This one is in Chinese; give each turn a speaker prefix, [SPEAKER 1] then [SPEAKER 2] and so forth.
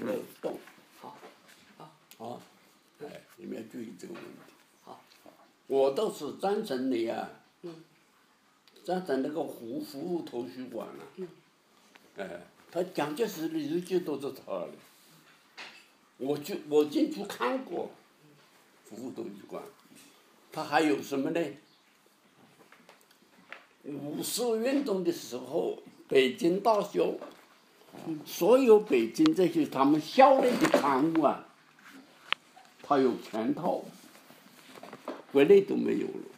[SPEAKER 1] 个洞，
[SPEAKER 2] 嗯好，
[SPEAKER 1] 啊，哎，你们要注意这个问题。
[SPEAKER 2] 好，
[SPEAKER 1] 我倒是赞成你啊，
[SPEAKER 2] 嗯，
[SPEAKER 1] 赞成那个胡服务图书馆啊，嗯，哎，他蒋介石的日记都是他的，我去我进去看过，服务图书馆，他还有什么呢？五四运动的时候，北京大学，所有北京这些他们校内的刊物啊，他有全套，国内都没有了。